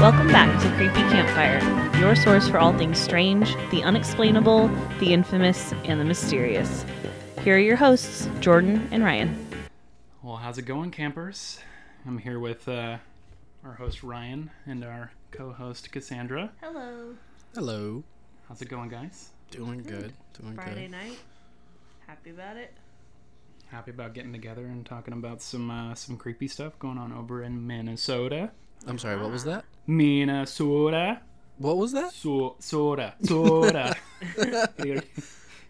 Welcome back to Creepy Campfire, your source for all things strange, the unexplainable, the infamous, and the mysterious. Here are your hosts, Jordan and Ryan. Well, how's it going, campers? I'm here with uh, our host Ryan and our co-host Cassandra. Hello. Hello. How's it going, guys? Doing good. Doing Friday good. night. Happy about it. Happy about getting together and talking about some uh, some creepy stuff going on over in Minnesota. I'm sorry, what was Ah. that? Minnesota, What was that? so soda, soda. you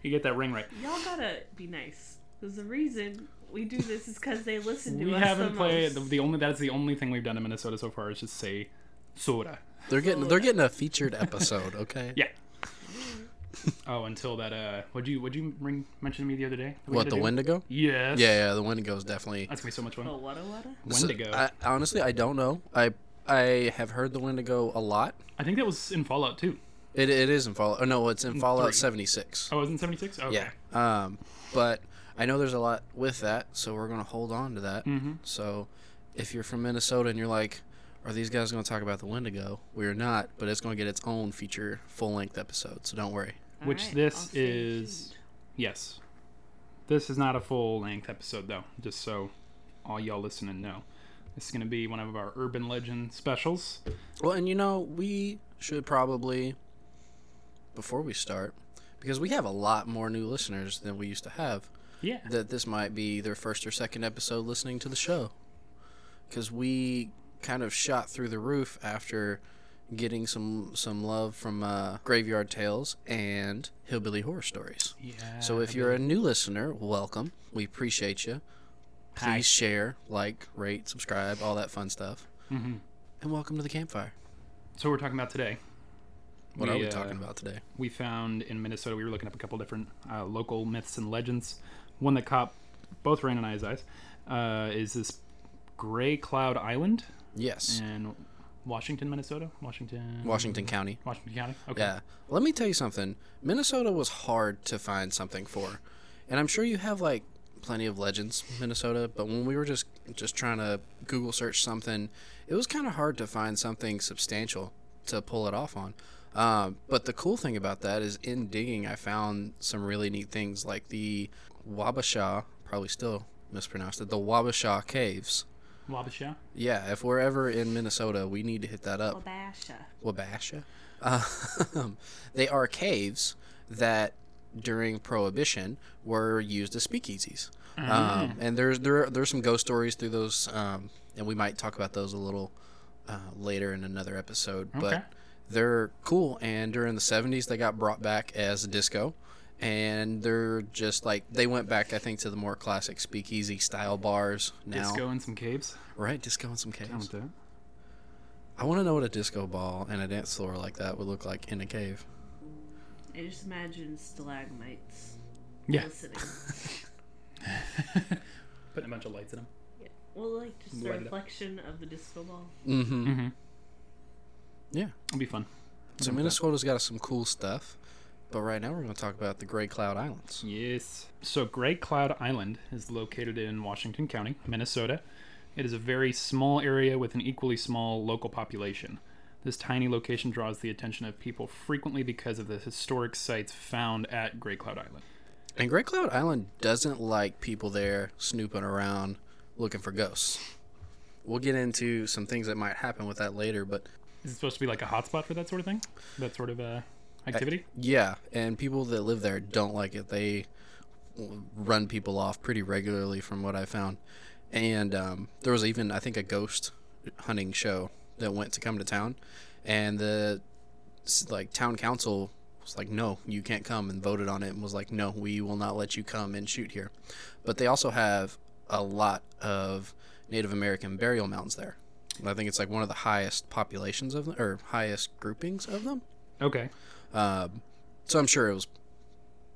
get that ring right. Y'all gotta be nice. There's a reason we do this is because they listen to we us. haven't the played the, most. the only that's the only thing we've done in Minnesota so far is just say soda. They're getting they're getting a featured episode, okay? Yeah. Oh, until that uh, would you would you ring mention to me the other day? that we What had the to do? Wendigo? Yes. Yeah, yeah, the Wendigo is definitely That's gonna be so much fun. The Oh. wada wada. Wendigo. So, I, honestly, I don't know. I I have heard the Wendigo a lot. I think that was in Fallout 2. It, it is in Fallout. Oh no, it's in Fallout Mm, Three. 76. Oh, it was in 76? Okay. Yeah. Um, but I know there's a lot with that, so we're gonna hold on to that. Mm-hmm. So, if you're from Minnesota and you're like, are these guys gonna talk about the Wendigo? We're not, but it's gonna get its own feature full length episode. So don't worry. All Which right, this I'll stay is- tuned. Yes. This is not a full length episode, though, just so all y'all listening know. This is going to be one of our urban legend specials. Well, and you know, we should probably, before we start, because we have a lot more new listeners than we used to have, Yeah. that this might be their first or second episode listening to the show. Because we kind of shot through the roof after getting some some love from uh, Graveyard Tales and Hillbilly Horror Stories. yeah. So if you're a new listener, welcome. We appreciate you. Please Hi. share, like, rate, subscribe, all that fun stuff. Mhm. And welcome to the campfire. So we're talking about today. What are we uh, talking about today? we found in Minnesota. We were looking up a couple different uh, local myths and legends. One that caught both Rain and I's eyes uh, is this Gray Cloud Island Yes, in Washington, Minnesota. Washington. Washington County. Washington County. Okay. Yeah. Let me tell you something. Minnesota was hard to find something for, and I'm sure you have like plenty of legends, Minnesota. But when we were just just trying to Google search something, it was kind of hard to find something substantial to pull it off on. Um, but the cool thing about that is, in digging, I found some really neat things like the Wabasha, probably still mispronounced it, the Wabasha Caves. Wabasha. Yeah, if we're ever in Minnesota, we need to hit that up. Wabasha. Wabasha. Um, they are caves that during Prohibition were used as speakeasies. Mm. Um, and there's there are, there's some ghost stories through those, um, and we might talk about those a little uh, later in another episode. Okay. But they're cool. And during the 70s, they got brought back as disco. And they're just like they went back, I think, to the more classic speakeasy style bars now, Disco in some caves. right? Disco and some Down caves. with that. I want to know what a disco ball and a dance floor like that would look like in a cave. I just imagine stalagmites Yeah. listening. Putting a bunch of lights in them. Yeah. Well, like just the Light it up. reflection of the disco ball. Mm-hmm. Mm-hmm. Yeah. It'll be fun. So Minnesota's got some cool stuff, but right now we're going to talk about the Great Cloud Islands. Yes. So Great Cloud Island is located in Washington County, Minnesota. It is a very small area with an equally small local population. This tiny location draws the attention of people frequently because of the historic sites found at Great Cloud Island. And Great Cloud Island doesn't like people there snooping around looking for ghosts. We'll get into some things that might happen with that later, but Is it supposed to be like a hotspot for that sort of thing? That sort of uh, activity? yeah, and people that live there don't like it. They run people off pretty regularly, from what I found. And um, there was even, I think, a ghost hunting show that went to come to town, and the s- like town council was like, "No, you can't come," and voted on it and was like, "No, we will not let you come and shoot here." But they also have a lot of Native American burial mounds there. And I think it's like one of the highest populations of them, or highest groupings of them. Okay. Um, so I'm sure it was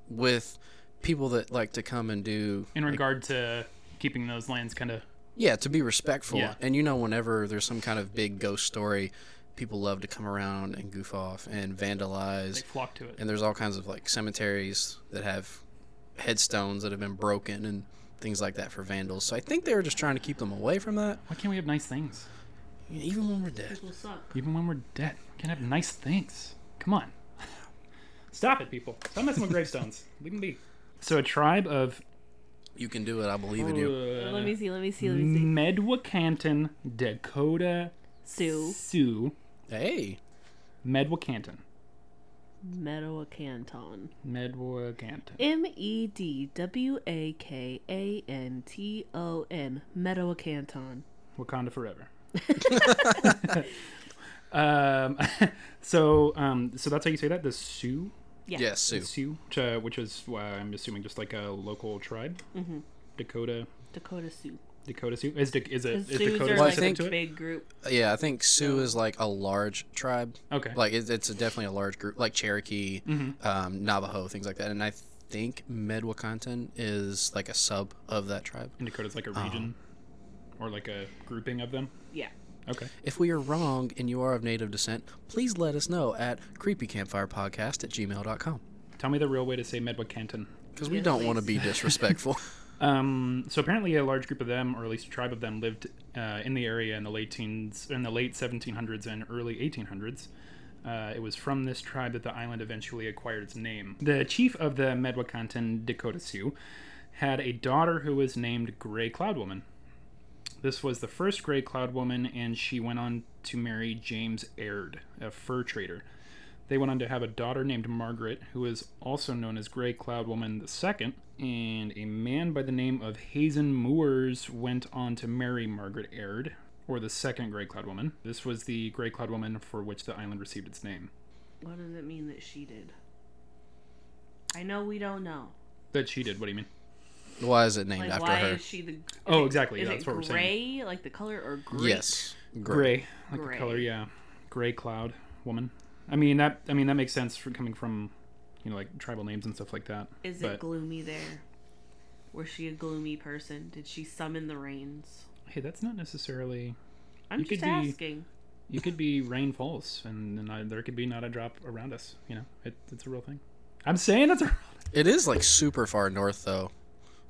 with people that like to come and do In regard to keeping those lands kind of. yeah to be respectful. Yeah. And you know, whenever there's some kind of big ghost story, people love to come around and goof off and They vandalize. flock to it. And there's all kinds of like cemeteries that have headstones that have been broken and things like that for vandals. So I think they were just trying to keep them away from that. Why can't we have nice things? Even when we're dead. People suck. Even when we're dead, we can have nice things. Come on. Stop it, people. Stop messing with gravestones. Leave them be. So a tribe of You can do it. I believe in Oh. you. let me see. Let me see. Let me see. Medwakanton, Dakota Mm. Sue Sioux, Hey. Medwakanton. Meadowcanton. Medwakanton. M E D W A K A N T O N. Meadowcanton. Wakanda forever. um, so, um, so that's how you say that. The Sioux, Yeah. Yes, Sue. Sioux, which, uh, which is uh, I'm assuming just like a local tribe. Mm-hmm. Mhm. Dakota, Dakota Sioux. Dakota Sioux. Is, Dak- is it Because is zoos Dakota are Well, I like specific think- to a it? big group. Yeah, I think Sioux is like a large tribe. Okay. Like it, it's a, definitely a large group, like Cherokee, um, Navajo, things like that. And I think Medwakanton is like a sub of that tribe. And Dakota's like a region or like a grouping of them. Yeah. Okay. If we are wrong and you are of native descent, please let us know at creepycampfirepodcast at gmail.com. Tell me the real way to say Medwakanton. Because we don't want to be disrespectful. Um, so apparently, a large group of them, or at least a tribe of them, lived uh, in the area in the late teens, in the late 1700s and early 1800s. Uh, it was from this tribe that the island eventually acquired its name. The chief of the Medwakanton Dakota Sioux had a daughter who was named Gray Cloud Woman. This was the first Gray Cloud Woman, and she went on to marry James Aird, a fur trader. They went on to have a daughter named Margaret, who is also known as Grey Cloud Woman II, and a man by the name of Hazen Moores went on to marry Margaret Aird, or the second Grey Cloud Woman. This was the Grey Cloud Woman for which the island received its name. What does it mean that she did? I know we don't know. That she did, what do you mean? why is it named Like, after why her? is she the? Oh, exactly, Is that's it what we're gray, saying. like the color, or gray? Yes. Great. Grey, like Grey. the color, yeah. Grey Cloud Woman. I mean that. I mean that makes sense for coming from, you know, like tribal names and stuff like that. Is but, it gloomy there? Was she a gloomy person? Did she summon the rains? hey, that's not necessarily. I'm You could just be- asking. you could be rain falls and, and I, there could be not a drop around us you know it, it's a real thing i'm saying it's a It is like super far north, though.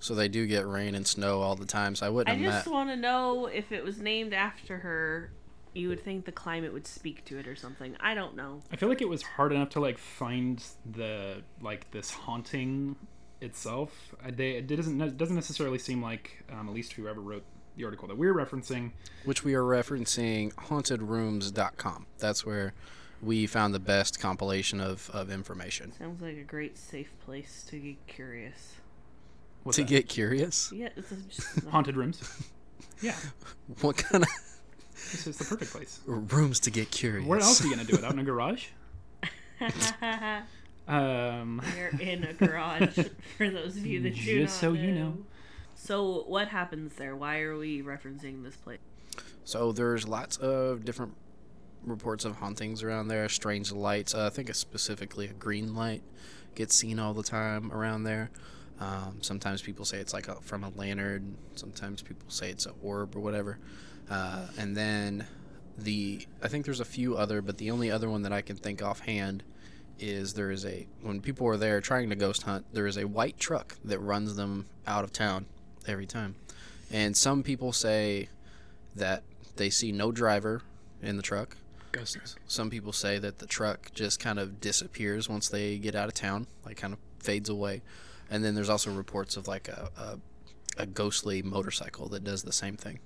So they do get rain and snow all the time. So I I wouldn't have just met. want to know if it was named after her. You would think the climate would speak to it or something. I don't know. i feel like it was hard enough to like find the like this haunting itself I- they, it doesn't it doesn't necessarily seem like um, at least whoever wrote the article that we're referencing Which we are referencing hauntedrooms.com. That's where we found the best compilation of, of information. Sounds like a great safe place to get curious. what's To that? get curious, Yeah, this is just haunted rooms yeah what kind of this is the perfect place rooms to get curious? where else are you gonna do it out in a garage um They're in a garage for those of you that do just not so you know So what happens there? Why are we referencing this place? So there's lots of different reports of hauntings around there, strange lights. Uh, I think it's specifically a green light gets seen all the time around there. Um, sometimes people say it's like a, from a lantern. Sometimes people say it's an orb or whatever. Uh, and then the I think there's a few other, but the only other one that I can think offhand is there is a when people are there trying to ghost hunt, there is a white truck that runs them out of town every time. And some people say that they see no driver in the truck. ghost rooms. Some people say that the truck just kind of disappears once they get out of town, like kind of fades away. And then there's also reports of like a, a, a ghostly motorcycle that does the same thing.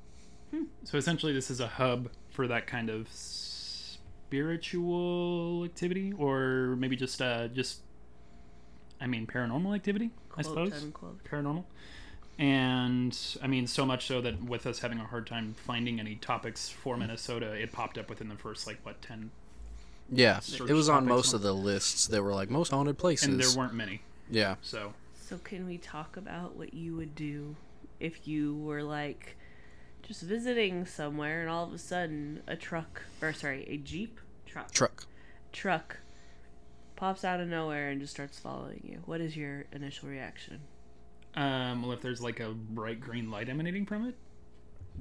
So essentially, this is a hub for that kind of spiritual activity, or maybe just uh, just I mean paranormal activity, I Quote, suppose. unquote. Paranormal, and I mean so much so that with us having a hard time finding any topics Hmm. for Minnesota, it popped up within the first like what ten, Yeah, Search it was on topics most on- of the lists that were like most haunted places. and there weren't many. yeah, So So can we talk about what you would do if you were like just visiting somewhere and all of a sudden a truck or sorry, a Jeep truck truck. truck pops out of nowhere and just starts following you. What is your initial reaction? um, well, if there's like a bright green light emanating from it,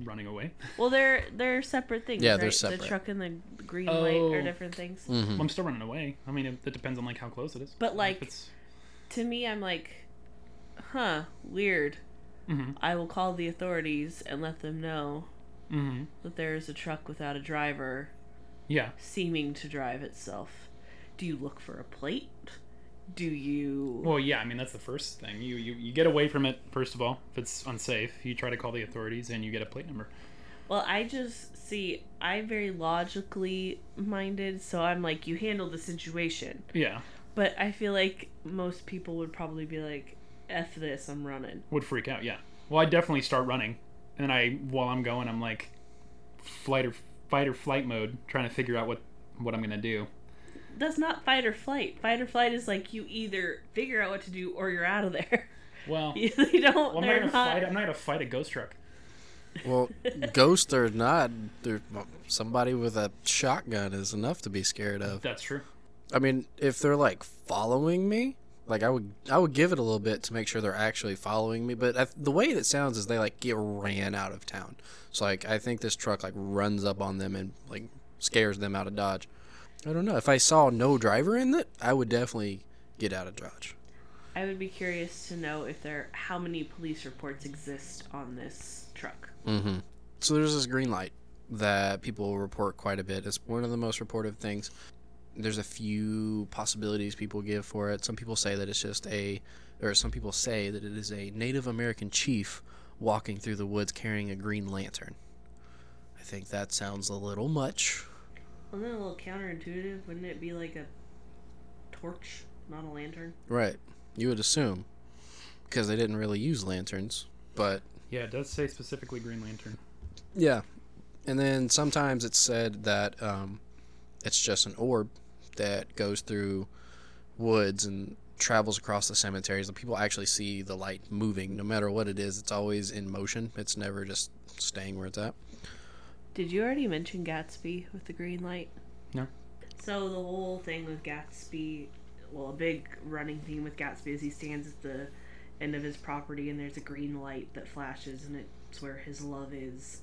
running away. Well, they're they're separate things. Yeah, right? they're separate. Mm. The truck and the green light are Oh. different things. Well, I'm still running away. I mean, it, it depends on like how close it is. But, If like, it's- to me, I'm like, huh, weird. Mhm. mm-hmm, I will call the authorities and let them know hmm that there is a truck without a driver Yeah. seeming to drive itself. Do you look for a plate? Do you Well, yeah. I mean, that's the first thing. You, you you get away from it first of all. If it's unsafe, you try to call the authorities, and you get a plate number. Well, I just see I'm very logically minded, so I'm like you handle the situation. Yeah. But I feel like most people would probably be like F this, I'm running. Would freak out. Yeah. Well, I definitely start running, and I while I'm going, I'm like, flight or fight or flight mode, trying to figure out what what I'm gonna do. That's not fight or flight. Fight or flight is like you either figure out what to do or you're out of there. Well, they don't well, I'm not they're gonna not fight. I'm not gonna fight a ghost truck. Well, ghosts are not. They're, well, somebody with a shotgun is enough to be scared of. That's true. I mean, if they're like following me, like I would, I would give it a little bit to make sure they're actually following me. But I, the way it sounds is they like get ran out of town. So like, I think this truck like runs up on them and like scares them out of dodge. I don't know. If I saw no driver in it, I would definitely get out of dodge. I would be curious to know if there how many police reports exist on this truck. Mm-hmm. So there's this green light that people report quite a bit. It's one of the most reported things. There's a few possibilities people give for it. Some people say that it's just a, or some people say that it is a Native American chief walking through the woods carrying a green lantern. I think that sounds a little much. Isn't that a little counterintuitive? Wouldn't it be like a torch, not a lantern? Right. You would assume. Because they didn't really use lanterns. But Yeah, it does say specifically Green Lantern. Yeah, and then sometimes it's said that um, it's just an orb that goes through woods and travels across the cemeteries. And people actually see the light moving, no matter what it is. It's always in motion. It's never just staying where it's at. Did you already mention Gatsby with the green light? No. So the whole thing with Gatsby, well, a big running theme with Gatsby is he stands at the end of his property and there's a green light that flashes and it's where his love is.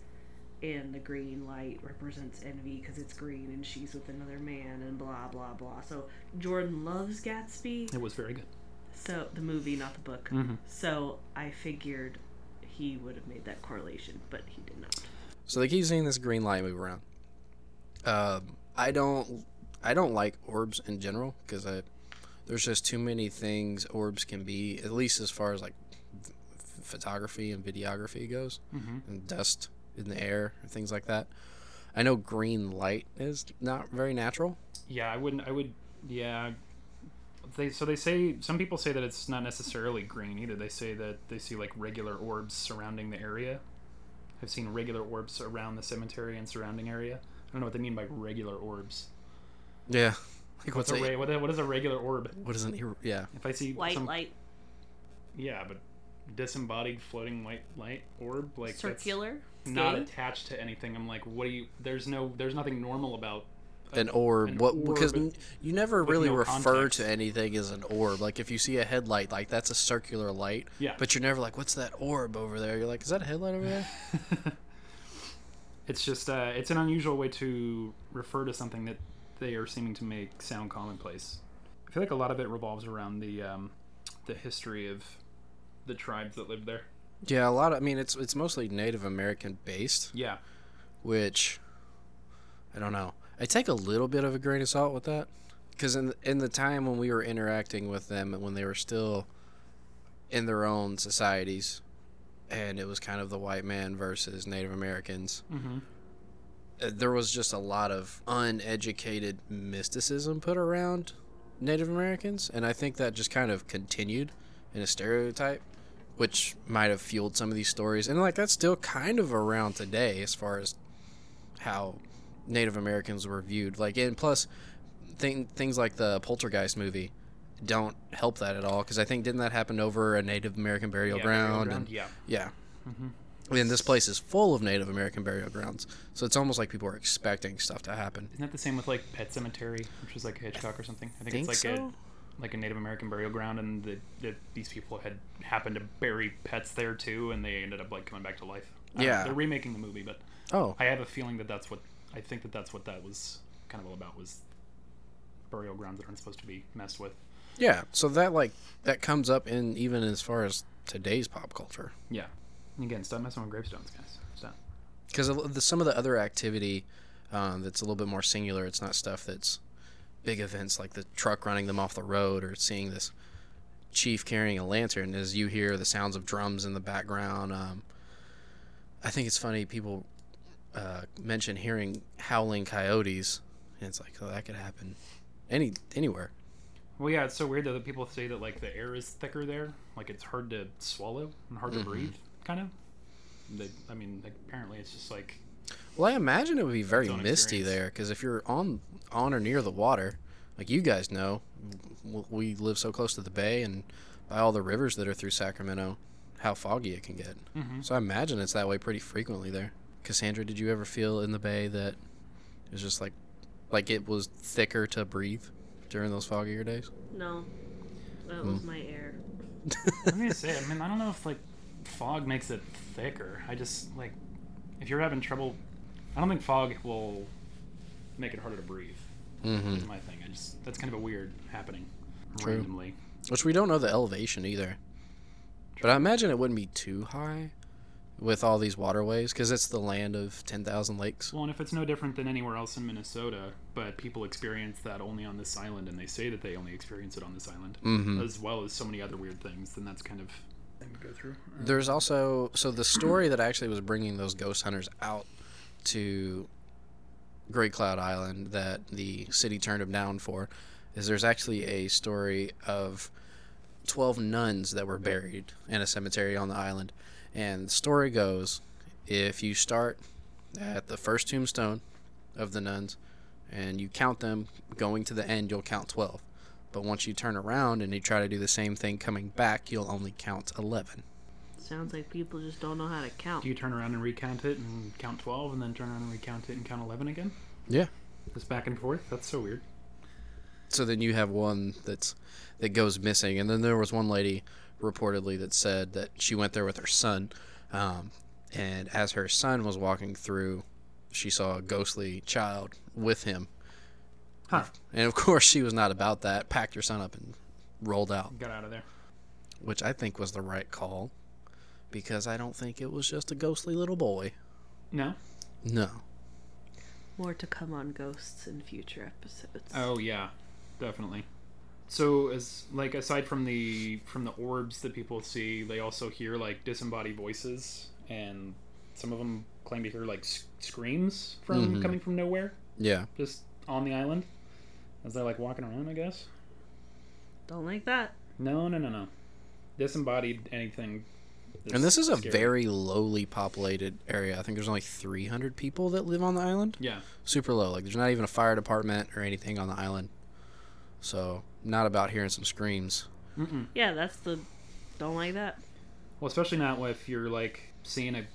And the green light represents envy because it's green and she's with another man and blah blah blah. So Jordan loves Gatsby. It was very good. So the movie, not the book. Mhm. So I figured he would have made that correlation, but he did not. So they keep seeing this green light move around. Um, I don't, I don't like orbs in general because I, there's just too many things orbs can be. At least as far as like f- photography and videography goes, Mhm. and dust in the air and things like that. I know green light is not very natural. Yeah, I wouldn't. I would. Yeah. They so they say some people say that it's not necessarily green either. They say that they see like regular orbs surrounding the area. I've seen regular orbs around the cemetery and surrounding area. I don't know what they mean by regular orbs. Yeah. Like What's what's, a a, ra- what, what is a regular orb? what is an ir- yeah? If I see White some, light, yeah, but disembodied floating white light orb like that's circular, not attached to anything. I'm like, what do you? There's no. There's nothing normal about An orb. An what because orb n- you never with really no refer context. to anything as an orb. Like if you see a headlight, like that's a circular light. Yeah. But you're never like, what's that orb over there? You're like, is that a headlight over there? It's just uh, it's an unusual way to refer to something that they are seeming to make sound commonplace. I feel like a lot of it revolves around the um, the history of the tribes that lived there. yeah, a lot. Of, I mean, it's it's mostly Native American based, Yeah, which I don't know. I take a little bit of a grain of salt with that because in in the time when we were interacting with them and when they were still in their own societies, and it was kind of the white man versus Native Americans. mm-hmm. uh, there was just a lot of uneducated mysticism put around Native Americans, and I think that just kind of continued in a stereotype, which might have fueled some of these stories. And like that's still kind of around today as far as how Native Americans were viewed. Like, and plus, thing, things like the Poltergeist movie don't help that at all because I think didn't that happen over a Native American burial ground? and- yeah, yeah. And this place is full of Native American burial grounds, so it's almost like people are expecting stuff to happen. isn't that the same with like Pet Cemetery, which was like Hitchcock or something? I think, it's like Think so? a like a Native American burial ground, and the, the, these people had happened to bury pets there too, and they ended up like coming back to life. I don't know, Yeah. they're remaking the movie, but Oh, I have a feeling that that's what I think that that's what that was kind of all about was burial grounds that aren't supposed to be messed with. yeah. So that like that comes up in even as far as today's pop culture. Yeah. And Again, stop messing with gravestones, guys. Stop. because some of the other activity um, that's a little bit more singular. It's not stuff that's big events like the truck running them off the road or seeing this chief carrying a lantern. As you hear the sounds of drums in the background, um, I think it's funny people uh, mention hearing howling coyotes, and it's like oh, that could happen any anywhere. Well, yeah, it's so weird though that people say that like the air is thicker there, like it's hard to swallow and hard to breathe, kind of. They, I mean, like, apparently it's just like Well, I imagine it would be very own misty experience. there because if you're on on or near the water, like you guys know, w- we live so close to the bay and by all the rivers that are through Sacramento, how foggy it can get. Mhm. So I imagine it's that way pretty frequently there. Cassandra, did you ever feel in the bay that it was just like like it was thicker to breathe during those foggier days? No, that Mm. was my air. I'm gonna say, I mean, I don't know if like fog makes it thicker. I just like if you're having trouble, I don't think fog will make it harder to breathe. Mm-hmm. Is my thing. I just that's kind of a weird happening True. randomly. Which we don't know the elevation either. But I imagine it wouldn't be too high with all these waterways because it's the land of 10,000 lakes. Well, and if it's no different than anywhere else in Minnesota, but people experience that only on this island, and they say that they only experience it on this island, Mhm. as well as so many other weird things, then that's kind of. Let me go through. There's also, so the story that actually was bringing those ghost hunters out to Great Cloud Island that the city turned them down for is there's actually a story of 12 nuns that were buried in a cemetery on the island. And the story goes if you start at the first tombstone of the nuns and you count them going to the end, you'll count 12. But once you turn around and you try to do the same thing coming back, you'll only count 11. Sounds like people just don't know how to count. Do you turn around and recount it and count 12, and then turn around and recount it and count 11 again? Yeah. Just back and forth? That's so weird. So then you have one that's that goes missing, and then there was one lady reportedly that said that she went there with her son, um, and as her son was walking through, she saw a ghostly child with him, Huh. and of course she was not about that. Packed her son up and rolled out, Got out of there. which I think was the right call, because I don't think it was just a ghostly little boy. No? No, More to come on ghosts in future episodes. Oh yeah, definitely. So as like aside from the from the orbs that people see, they also hear like disembodied voices, and some of them claim to hear like s- screams from Mhm. coming from nowhere, yeah, just on the island, as they're like walking around. I guess. Don't like that. No, no, no, no. Disembodied anything. is and this is a scary. very lowly populated area. I think there's only 300 people that live on the island. yeah. super low. Like there's not even a fire department or anything on the island. So not about hearing some screams. Mm-mm. Yeah, that's the. Don't like that. Well, especially not if you're like seeing a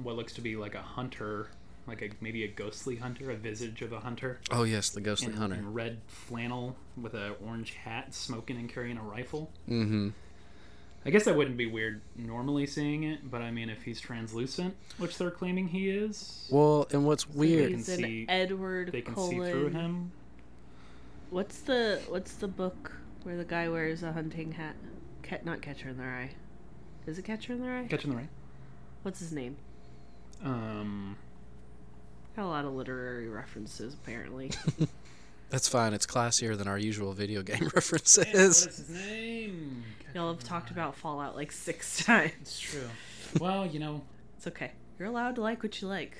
what looks to be like a hunter, like a maybe a ghostly hunter, a visage of a hunter. Oh yes, the ghostly in, hunter. in red flannel with a orange hat, smoking and carrying a rifle. Mm-hmm. I guess that wouldn't be weird normally seeing it, but I mean, if he's translucent, which they're claiming he is, Well, and what's weird? can He's an see- Edward they can Cullen. see through him. What's the What's the book where the guy wears a hunting hat? Cat, not Catcher in the Rye. Is it Catcher in the Rye? Catching the rain. What's his name? Um, Got a lot of literary references apparently. That's fine. It's classier than our usual video game references. his name? Y'all have talked about Fallout like six times. It's true. Well, you know, It's okay. You're allowed to like what you like.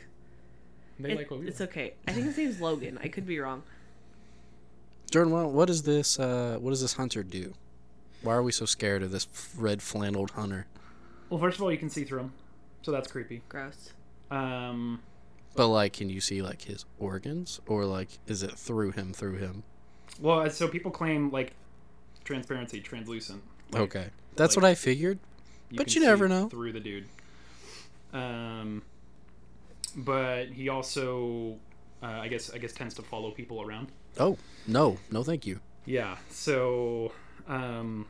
they It- like what we it's like. okay. I think his name's Logan. I could be wrong. Jordan, what, what is this? Uh, what does this hunter do? Why are we so scared of this f- red flanneled hunter? Well, first of all, you can see through him, so that's creepy. Gross. Um, But like, can you see like his organs, or like, is it through him? Through him? well, so people claim like transparency, translucent. Like, Okay, that's like- what I figured. But can you never see know. through the dude. Um, but he also, uh, I guess, I guess tends to follow people around. Oh no, no, thank you. Yeah. So, um,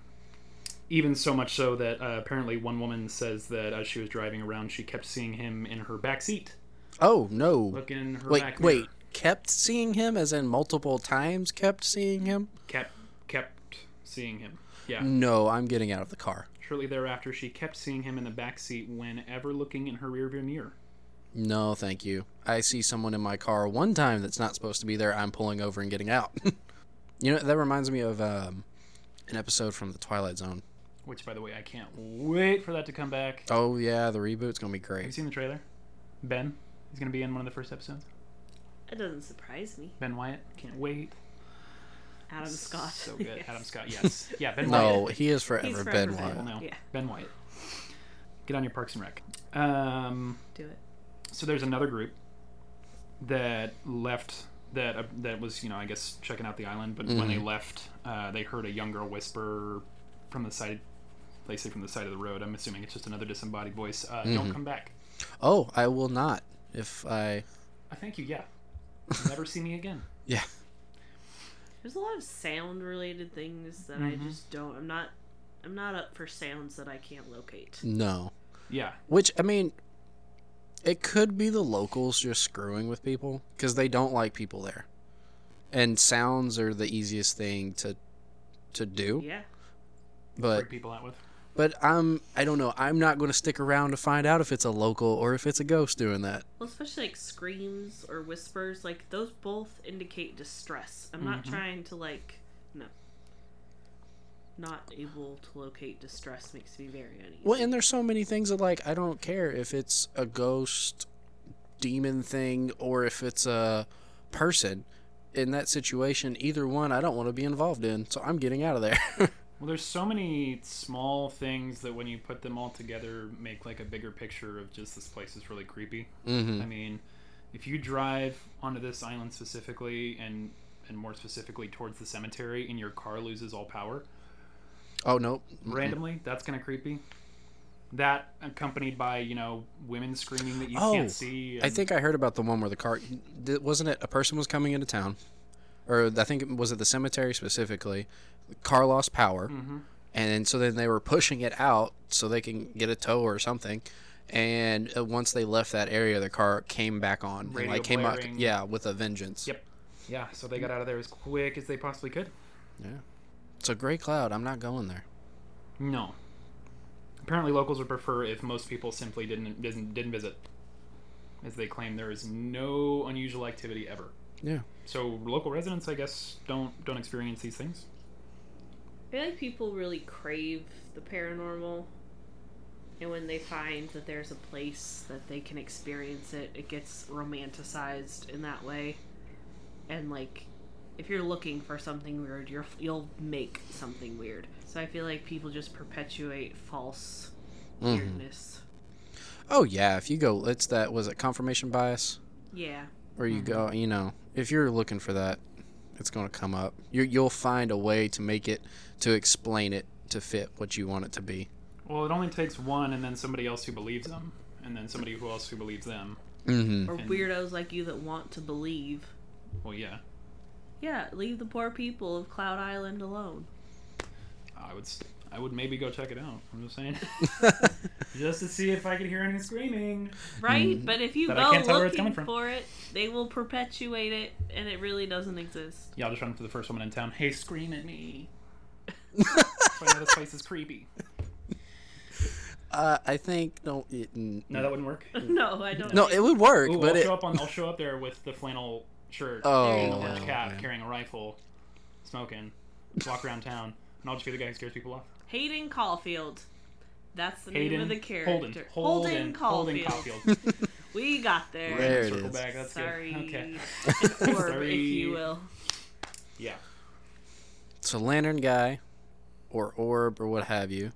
even so much so that uh, apparently one woman says that as she was driving around, she kept seeing him in her back seat, Oh no. looking in her Wait, back wait. mirror. Kept seeing him, as in multiple times kept seeing him. kept kept seeing him. Yeah. No, I'm getting out of the car. Shortly thereafter, she kept seeing him in the back seat whenever looking in her rearview mirror. No, thank you. I see someone in my car one time that's not supposed to be there. I'm pulling over and getting out. you know, that reminds me of um, an episode from The Twilight Zone. Which, by the way, I can't wait for that to come back. Oh, yeah, the reboot's going to be Have you great. seen the trailer? Ben is going to be in one of the first episodes. That doesn't surprise me. Ben Wyatt. Can't wait. Adam Scott. So good. Yes. Adam Scott. Yes. Yeah. Ben Wyatt. No, he is forever, He's forever Ben Ben. Wyatt. Well, no. Yeah. Ben White. Get on your Parks and Rec. Um, Do it. so there's another group that left that uh, that was you know I guess checking out the island, but when they Mm-hmm. left, uh, they heard a young girl whisper from the side. They say from the side of the road. I'm assuming it's just another disembodied voice. Uh, Mm-hmm. Don't come back. Oh, I will not. If I. I thank you. Yeah. Never see me again. Yeah. There's a lot of sound related things that I just don't. I'm not. I'm not up for sounds that I can't locate. No. Yeah. Which, I mean, it could be the locals just screwing with people because they don't like people there. And sounds are the easiest thing to to do. Yeah. But Freak people out with. but I'm I don't know. I'm not going to stick around to find out if it's a local or if it's a ghost doing that. Well, especially like screams or whispers, like those both indicate distress. I'm not trying to like no. Not able to locate distress makes me very uneasy. Well, and there's so many things that like I don't care if it's a ghost demon thing or if it's a person in that situation either one I don't want to be involved in. So I'm getting out of there. Well, there's so many small things that when you put them all together, make like a bigger picture of just this place is really creepy. mhm. I mean, if you drive onto this island specifically, and and more specifically towards the cemetery, and your car loses all power Oh no. randomly, that's kind of creepy. That accompanied by you know women screaming that you Oh, can't see. I and- think I heard about the one where the car th- wasn't it a person was coming into town, or I think it was at the cemetery specifically. The car lost power, Mm. Mm-hmm. and so then they were pushing it out so they can get a tow or something. And uh, once they left that area, the car came back on, and Radio like came out, blaring. yeah, with a vengeance. Yep. Yeah. So they got out of there as quick as they possibly could. Yeah. It's a gray cloud. I'm not going there. No. Apparently, locals would prefer if most people simply didn't didn't, didn't visit, as they claim there is no unusual activity ever. Yeah. So local residents, I guess, don't don't experience these things. I feel like people really crave the paranormal. And when they find that there's a place that they can experience it, it gets romanticized in that way. And like, if you're looking for something weird, you're, you'll make something weird. So I feel like people just perpetuate false weirdness. Oh yeah. If you go, it's that was it confirmation bias. Yeah. where you go you know if you're looking for that it's going to come up you you'll find a way to make it to explain it to fit what you want it to be Well, it only takes one, and then somebody else who believes them, and then somebody who else who believes them. mm-hmm. Or weirdos like you that want to believe. Well, yeah, Yeah, leave the poor people of Cloud Island alone. I would s- I would maybe go check it out. I'm just saying, just to see if I could hear any screaming. Right, but if you Mm-hmm. But I go can't tell where it's coming looking from. for it, they will perpetuate it, and it really doesn't exist. Yeah, I'll just run for the first woman in town. Hey, scream at me! That's why I know this place is creepy. uh, i think no it, n- No, that wouldn't work. no, I don't. no think- it would work Ooh, but I'll it show up on. I'll show up there with the flannel shirt, oh There you and the orange go. cap, man. carrying a rifle, smoking, walk around town, and I'll just be the guy who scares people off. Hayden Caulfield. That's the Hayden name of the Holden. character. Holden. Caulfield. Caulfield. We got there. There it circle is. back. That's Sorry, good. Okay. Orb, Sorry. if you will. Yeah. so lantern guy or orb or what have you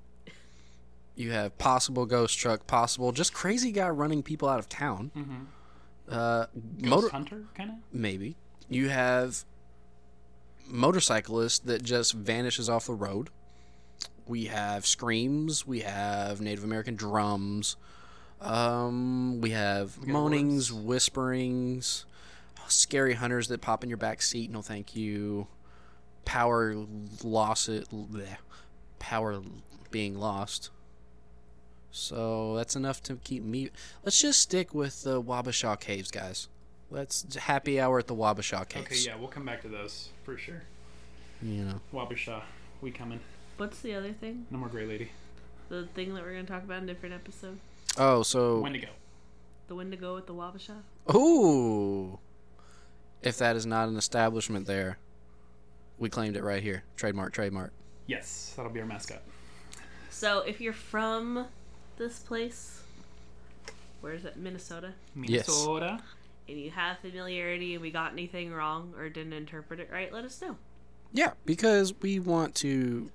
you have possible ghost truck possible just crazy guy running people out of town Mhm. uh Ghost motor hunter, kind of. maybe you have motorcyclist that just vanishes off the road we have screams we have native american drums um, we have got moanings whisperings scary hunters that pop in your back seat no thank you power loss it bleh, power being lost so that's enough to keep me let's just stick with the wabasha caves guys let's happy hour at the wabasha caves Okay, yeah, we'll come back to those for sure. you know Wabasha, we coming. What's the other thing? No more gray lady. The thing that we're going to talk about in a different episode? Oh, so Wendigo. The Wendigo at the Wabasha? Ooh. If that is not an establishment there, we claimed it right here. Trademark, trademark. Yes, that'll be our mascot. So if you're from this place, where is it? Minnesota. Yes. Minnesota. And you have familiarity and we got anything wrong or didn't interpret it right, let us know. Yeah, because we want to.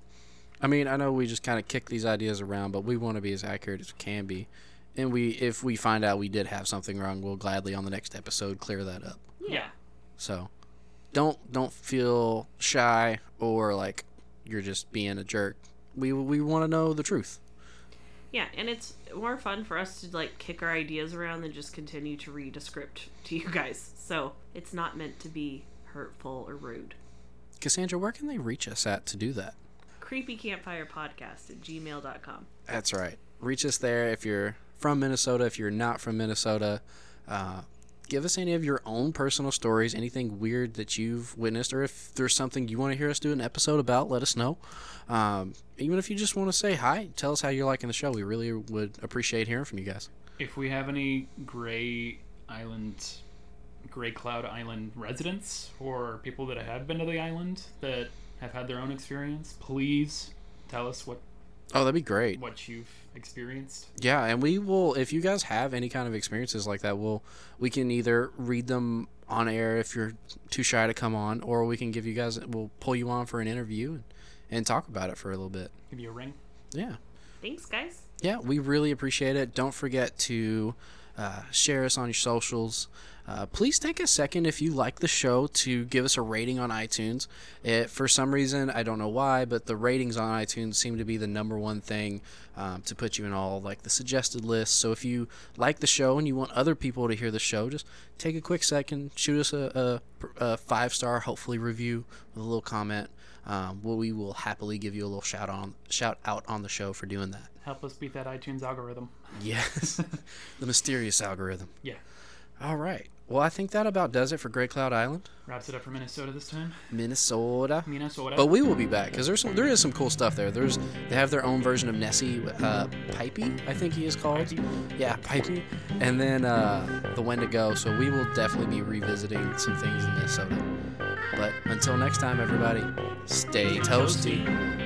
I mean, I know we just kind of kick these ideas around, but we want to be as accurate as we can be. And we, if we find out we did have something wrong, we'll gladly on the next episode clear that up. Yeah. So, don't don't feel shy or like you're just being a jerk. We we want to know the truth. Yeah, and it's more fun for us to like kick our ideas around than just continue to read a script to you guys. So it's not meant to be hurtful or rude. Cassandra, where can they reach us at to do that? Creepy Campfire Podcast at gmail.com. That's right. Reach us there if you're from Minnesota. If you're not from Minnesota, uh, give us any of your own personal stories, anything weird that you've witnessed, or if there's something you want to hear us do an episode about, let us know. Um, even if you just want to say hi, tell us how you're liking the show. We really would appreciate hearing from you guys. If we have any Gray Island, Gray Cloud Island residents or people that have been to the island that have had their own experience, please tell us what Oh, that'd be great. what you've experienced. Yeah, and we will if you guys have any kind of experiences like that, we'll we can either read them on air if you're too shy to come on, or we can give you guys we'll pull you on for an interview and, and talk about it for a little bit. Give you a ring. Yeah. Thanks, guys. Yeah, we really appreciate it. Don't forget to uh, share us on your socials. Uh, please take a second if you like the show to give us a rating on iTunes. It, for some reason, I don't know why, but the ratings on iTunes seem to be the number one thing um, to put you in all like the suggested lists. So if you like the show and you want other people to hear the show, just take a quick second, shoot us a, a, a five star, hopefully review with a little comment. Um, well, we will happily give you a little shout on shout out on the show for doing that. Help us beat that iTunes algorithm. Yes. the mysterious algorithm. Yeah. All right. Well, I think that about does it for Great Cloud Island, Wraps it up for Minnesota this time. Minnesota. Minnesota. But we will be back because there's some, there is some cool stuff there. There's they have their own version of Nessie, uh, Pipey, I think he is called. Yeah, Pipey, and then uh, the Wendigo. So we will definitely be revisiting some things in Minnesota. But until next time, everybody, stay toasty. Toasty.